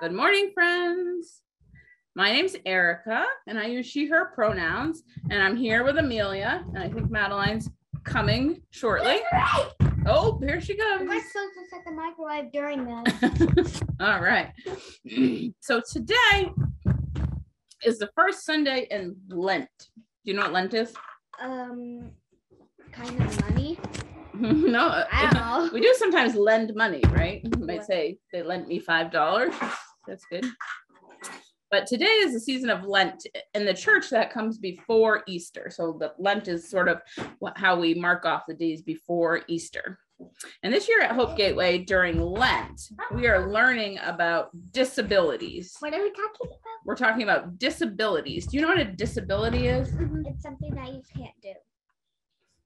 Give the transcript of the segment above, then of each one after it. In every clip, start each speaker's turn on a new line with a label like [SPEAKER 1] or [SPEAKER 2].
[SPEAKER 1] Good morning, friends. My name's Erica, and I use she, her pronouns. And I'm here with Amelia, and I think Madeline's coming shortly.
[SPEAKER 2] Right.
[SPEAKER 1] Oh, here she
[SPEAKER 2] Am I
[SPEAKER 1] comes.
[SPEAKER 2] supposed to set the microwave during this?
[SPEAKER 1] All right. So today is the first Sunday in Lent. Do you know what Lent is?
[SPEAKER 2] Um, kind of money.
[SPEAKER 1] no.
[SPEAKER 2] I don't know.
[SPEAKER 1] We do sometimes lend money, right? You might
[SPEAKER 2] Right.
[SPEAKER 1] say they lent me five dollars. That's good. But today is the season of Lent in the church that comes before Easter. So the Lent is sort of what, how we mark off the days before Easter. And this year at Hope Gateway during Lent, we are learning about disabilities.
[SPEAKER 2] What are we talking about?
[SPEAKER 1] We're talking about disabilities. Do you know what a disability is?
[SPEAKER 2] It's something that you can't do.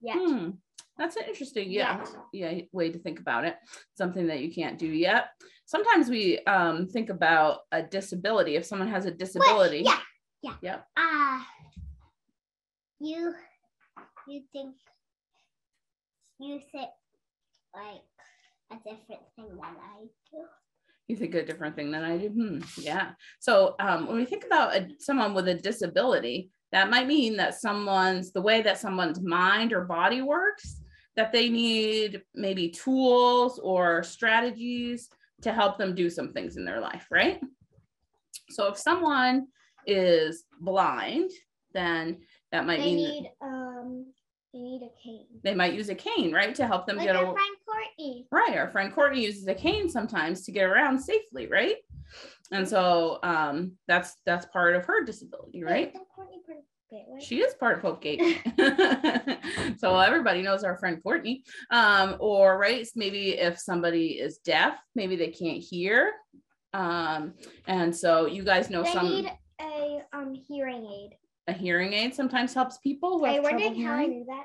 [SPEAKER 2] Yet.
[SPEAKER 1] Mm-hmm. Hmm, that's an interesting, yeah.
[SPEAKER 2] Yet.
[SPEAKER 1] yeah way to think about it something that you can't do yet sometimes we um think about a disability if someone has a disability
[SPEAKER 2] yeah, yeah.
[SPEAKER 1] Yep.
[SPEAKER 2] Ah. you, you think, you think like a different thing than I do.
[SPEAKER 1] you think a different thing than i do hmm, yeah so um when we think about a, someone with a disability that might mean that someone's the way that someone's mind or body works that they need maybe tools or strategies to help them do some things in their life right so if someone is blind then that might
[SPEAKER 2] They
[SPEAKER 1] mean
[SPEAKER 2] need um, they need a cane.
[SPEAKER 1] they might use a cane, right, to help them
[SPEAKER 2] Like
[SPEAKER 1] get
[SPEAKER 2] our
[SPEAKER 1] a
[SPEAKER 2] friend Courtney.
[SPEAKER 1] right. Our friend Courtney uses a cane sometimes to get around safely, right? And so um, that's that's part of her disability,
[SPEAKER 2] Wait,
[SPEAKER 1] right?
[SPEAKER 2] don't Courtney put a bit, right?
[SPEAKER 1] She is part of Hope Gate. so everybody knows our friend Courtney. Um, or right, maybe if somebody is deaf, maybe they can't hear. Um, and so you guys know
[SPEAKER 2] they
[SPEAKER 1] some
[SPEAKER 2] need a um hearing aid.
[SPEAKER 1] a hearing aid sometimes helps people. Who
[SPEAKER 2] I
[SPEAKER 1] have trouble
[SPEAKER 2] wondered how I
[SPEAKER 1] hearing.
[SPEAKER 2] knew that.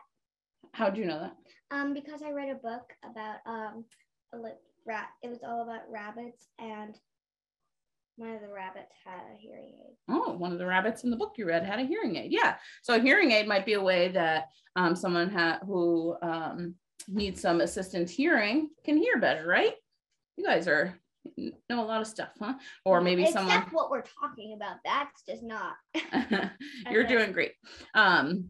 [SPEAKER 1] How do you know that?
[SPEAKER 2] Um, because I read a book about um, a li- rat. It was all about rabbits, and one of the rabbits had a hearing aid.
[SPEAKER 1] Oh, one of the rabbits in the book you read had a hearing aid. Yeah. So a hearing aid might be a way that um, someone ha- who um, needs some assistance hearing can hear better, right? You guys are know a lot of stuff, huh? Or maybe
[SPEAKER 2] Except
[SPEAKER 1] someone
[SPEAKER 2] what we're talking about. That's just not.
[SPEAKER 1] you're
[SPEAKER 2] Okay.
[SPEAKER 1] doing great. Um,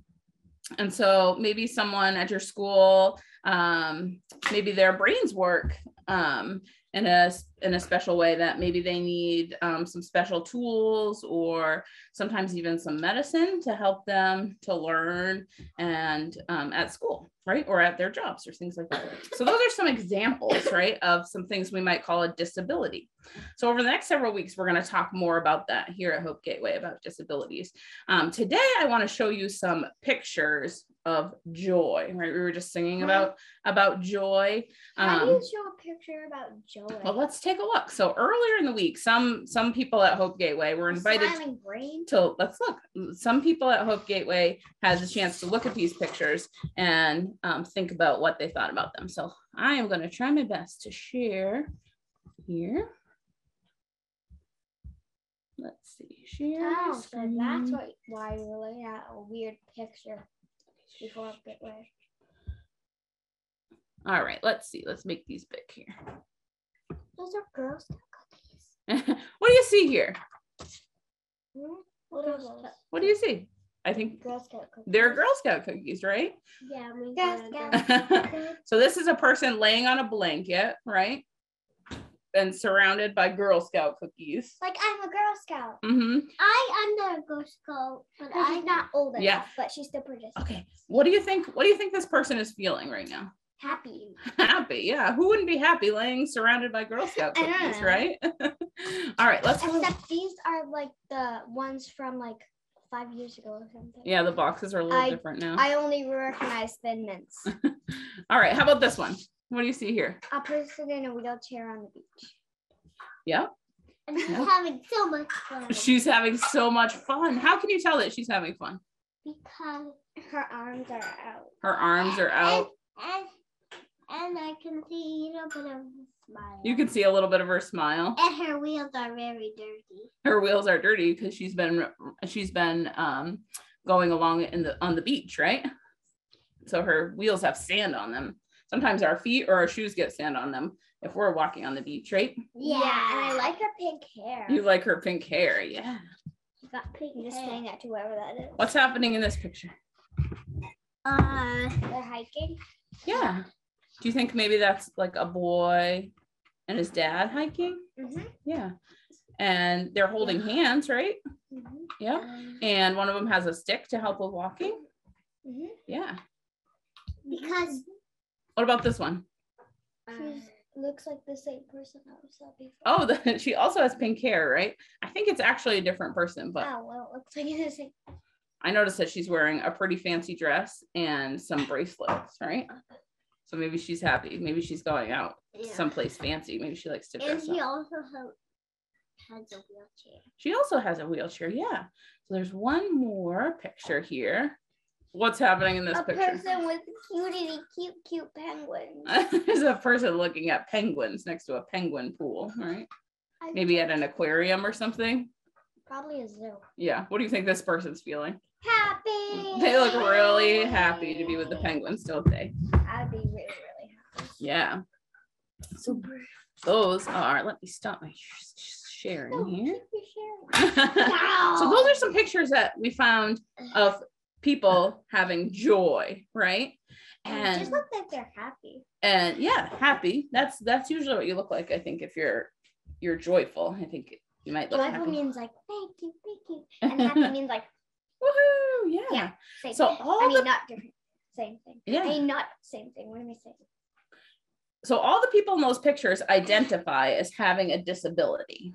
[SPEAKER 1] and so maybe someone at your school, um, maybe their brains work um, in a in a special way that maybe they need um, some special tools or sometimes even some medicine to help them to learn and um, at school, right, or at their jobs or things like that. So those are some examples, right, of some things we might call a disability. So over the next several weeks, we're going to talk more about that here at Hope Gateway about disabilities. Um, today, I want to show you some pictures of joy. Right, we were just singing
[SPEAKER 2] Right.
[SPEAKER 1] about about joy.
[SPEAKER 2] How do
[SPEAKER 1] Um,
[SPEAKER 2] you show a picture about joy?
[SPEAKER 1] well, let's take a look. So earlier in the week, some some people at Hope Gateway were invited
[SPEAKER 2] Smiling brain.
[SPEAKER 1] to let's look. Some people at Hope Gateway had the chance to look at these pictures and um, think about what they thought about them. So I am going to try my best to share here. Let's see, share. my
[SPEAKER 2] Oh, so that's
[SPEAKER 1] screen.
[SPEAKER 2] what, why you were looking at a weird picture before a bit where.
[SPEAKER 1] All right, let's see. Let's make these big here.
[SPEAKER 2] Those are Girl Scout cookies.
[SPEAKER 1] what do you see here?
[SPEAKER 2] Hmm? What are those?
[SPEAKER 1] What do you see? I think
[SPEAKER 2] Girl Scout cookies.
[SPEAKER 1] they're Girl Scout cookies, right?
[SPEAKER 2] Yeah, we
[SPEAKER 3] Girl
[SPEAKER 2] got
[SPEAKER 1] Scout.
[SPEAKER 2] them.
[SPEAKER 1] So this is a person laying on a blanket, right? And surrounded by Girl Scout cookies.
[SPEAKER 2] Like I'm a Girl Scout.
[SPEAKER 1] hmm
[SPEAKER 2] I am the Girl Scout, but I'm not old enough.
[SPEAKER 1] Yeah.
[SPEAKER 2] But she's still pretty
[SPEAKER 1] Okay. What do you think? What do you think this person is feeling right now?
[SPEAKER 2] happy.
[SPEAKER 1] Happy, yeah. Who wouldn't be happy laying surrounded by Girl Scout
[SPEAKER 2] I don't
[SPEAKER 1] cookies,
[SPEAKER 2] know.
[SPEAKER 1] right? All right, let's.
[SPEAKER 2] Except these are like the ones from like five years ago or something.
[SPEAKER 1] Yeah, the boxes are a little
[SPEAKER 2] I-
[SPEAKER 1] different now.
[SPEAKER 2] I only recognize Thin Mints.
[SPEAKER 1] All right, how about this one? What do you see here?
[SPEAKER 2] a person in a wheelchair on the beach.
[SPEAKER 1] Yeah.
[SPEAKER 2] And she's
[SPEAKER 1] Yeah.
[SPEAKER 2] having so much fun
[SPEAKER 1] She's having so much fun. How can you tell that she's having fun?
[SPEAKER 2] because her arms are out.
[SPEAKER 1] Her arms are out.
[SPEAKER 2] And, and, and I can see a little bit of a smile.
[SPEAKER 1] You can see a little bit of her smile.
[SPEAKER 2] And her wheels are very dirty.
[SPEAKER 1] her wheels are dirty because she's been she's been um going along in the on the beach right so her wheels have sand on them sometimes our feet or our shoes get sand on them if we're walking on the beach, right?
[SPEAKER 2] Yeah, and I like her pink hair.
[SPEAKER 1] You like her pink hair, yeah.
[SPEAKER 2] She's got pink I'm just saying that to whoever that is.
[SPEAKER 1] What's happening in this picture?
[SPEAKER 2] Uh, they're hiking.
[SPEAKER 1] Yeah. Do you think maybe that's like a boy and his dad hiking?
[SPEAKER 2] Mm-hmm.
[SPEAKER 1] Yeah. And they're holding hands, right?
[SPEAKER 2] Mm-hmm.
[SPEAKER 1] Yeah. And one of them has a stick to help with walking.
[SPEAKER 2] mm-hmm.
[SPEAKER 1] Yeah.
[SPEAKER 2] Because
[SPEAKER 1] What about this one?
[SPEAKER 2] she looks like the same person I was saw before.
[SPEAKER 1] Oh, the, she also has pink hair, right? I think it's actually a different person, but
[SPEAKER 2] wow, well, it looks like the same.
[SPEAKER 1] I noticed that she's wearing a pretty fancy dress and some bracelets, right? So maybe she's happy. Maybe she's going out someplace fancy. Maybe she likes to dress up.
[SPEAKER 2] also has a wheelchair.
[SPEAKER 1] She also has a wheelchair. Yeah. So there's one more picture here. What's happening in this
[SPEAKER 2] a
[SPEAKER 1] picture?
[SPEAKER 2] person with cutity cute cute penguins.
[SPEAKER 1] there's a person looking at penguins next to a penguin pool, right?
[SPEAKER 2] I-
[SPEAKER 1] Maybe at an aquarium or something.
[SPEAKER 2] probably a zoo.
[SPEAKER 1] Yeah. What do you think this person's feeling?
[SPEAKER 2] Happy.
[SPEAKER 1] They look really happy to be with the penguins, don't they?
[SPEAKER 2] I'd be really really happy.
[SPEAKER 1] Yeah. So those are, let me stop my sh- sh- sharing here. so
[SPEAKER 2] so
[SPEAKER 1] those are some pictures that we found of people having joy, right?
[SPEAKER 2] They
[SPEAKER 1] And
[SPEAKER 2] just look like they're happy.
[SPEAKER 1] and yeah, happy. That's that's usually what you look like, I think, if you're you're joyful. I think you might look
[SPEAKER 2] Joyful
[SPEAKER 1] happy.
[SPEAKER 2] means like thank you, thank you, and happy means like
[SPEAKER 1] Woohoo! Yeah.
[SPEAKER 2] Yeah. same.
[SPEAKER 1] So
[SPEAKER 2] I
[SPEAKER 1] all
[SPEAKER 2] mean
[SPEAKER 1] the
[SPEAKER 2] not different, same thing. I
[SPEAKER 1] yeah.
[SPEAKER 2] mean not same thing. What am I saying?
[SPEAKER 1] So all the people in those pictures identify as having a disability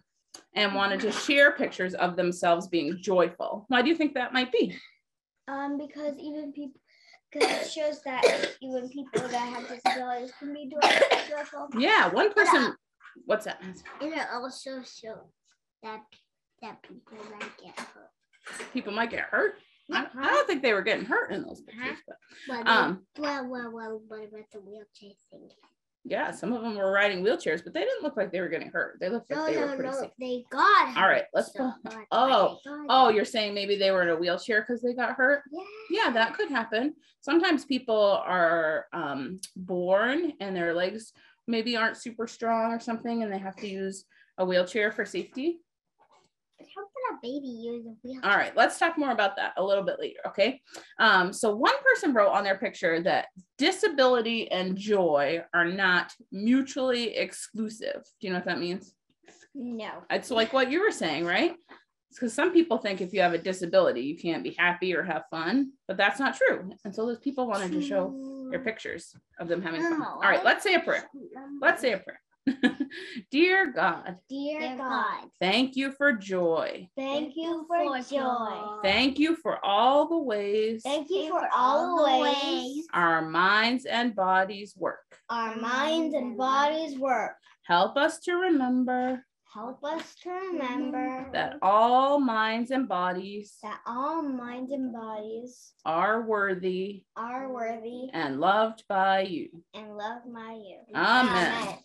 [SPEAKER 1] and wanted to share pictures of themselves being joyful. Why do you think that might be?
[SPEAKER 2] Um, because even people, because it shows that even people that have disabilities can be doing joyful.
[SPEAKER 1] Yeah, one person. What's that?
[SPEAKER 2] And it also shows that that people might get hurt.
[SPEAKER 1] People might get hurt. I, I don't think they were getting hurt in those
[SPEAKER 2] Uh-huh.
[SPEAKER 1] pictures, but
[SPEAKER 2] Well,
[SPEAKER 1] um,
[SPEAKER 2] well, well, well, what about the wheelchair thing?
[SPEAKER 1] yeah, some of them were riding wheelchairs, but they didn't look like they were getting hurt. They looked like
[SPEAKER 2] No,
[SPEAKER 1] they
[SPEAKER 2] no,
[SPEAKER 1] were pretty
[SPEAKER 2] no,
[SPEAKER 1] safe.
[SPEAKER 2] they got
[SPEAKER 1] All right, let's.
[SPEAKER 2] So,
[SPEAKER 1] go-
[SPEAKER 2] but-
[SPEAKER 1] Oh,
[SPEAKER 2] but they got
[SPEAKER 1] Oh, you're saying maybe they were in a wheelchair because they got hurt?
[SPEAKER 2] Yeah.
[SPEAKER 1] Yeah, that could happen. Sometimes people are um, born and their legs maybe aren't super strong or something, and they have to use a wheelchair for safety.
[SPEAKER 2] But how can a baby use a wheelchair?
[SPEAKER 1] All right, let's talk more about that a little bit later, okay? Um, so, one person wrote on their picture that disability and joy are not mutually exclusive. Do you know what that means?
[SPEAKER 2] No.
[SPEAKER 1] It's like what you were saying, right? Because some people think if you have a disability, you can't be happy or have fun, but that's not true. And so, those people wanted to show your pictures of them having fun.
[SPEAKER 2] No,
[SPEAKER 1] All right, let's say a prayer. Let's say a prayer. Dear God,
[SPEAKER 2] Dear God,
[SPEAKER 1] thank you for joy.
[SPEAKER 2] thank you for joy.
[SPEAKER 1] Thank you for all the ways
[SPEAKER 2] Thank you for all the ways
[SPEAKER 1] our minds and bodies work.
[SPEAKER 2] our minds and bodies work.
[SPEAKER 1] Help us to remember
[SPEAKER 2] Help us to remember
[SPEAKER 1] that all minds and bodies
[SPEAKER 2] that all minds and bodies
[SPEAKER 1] are worthy
[SPEAKER 2] are worthy
[SPEAKER 1] and loved by you.
[SPEAKER 2] and loved by you.
[SPEAKER 1] Amen.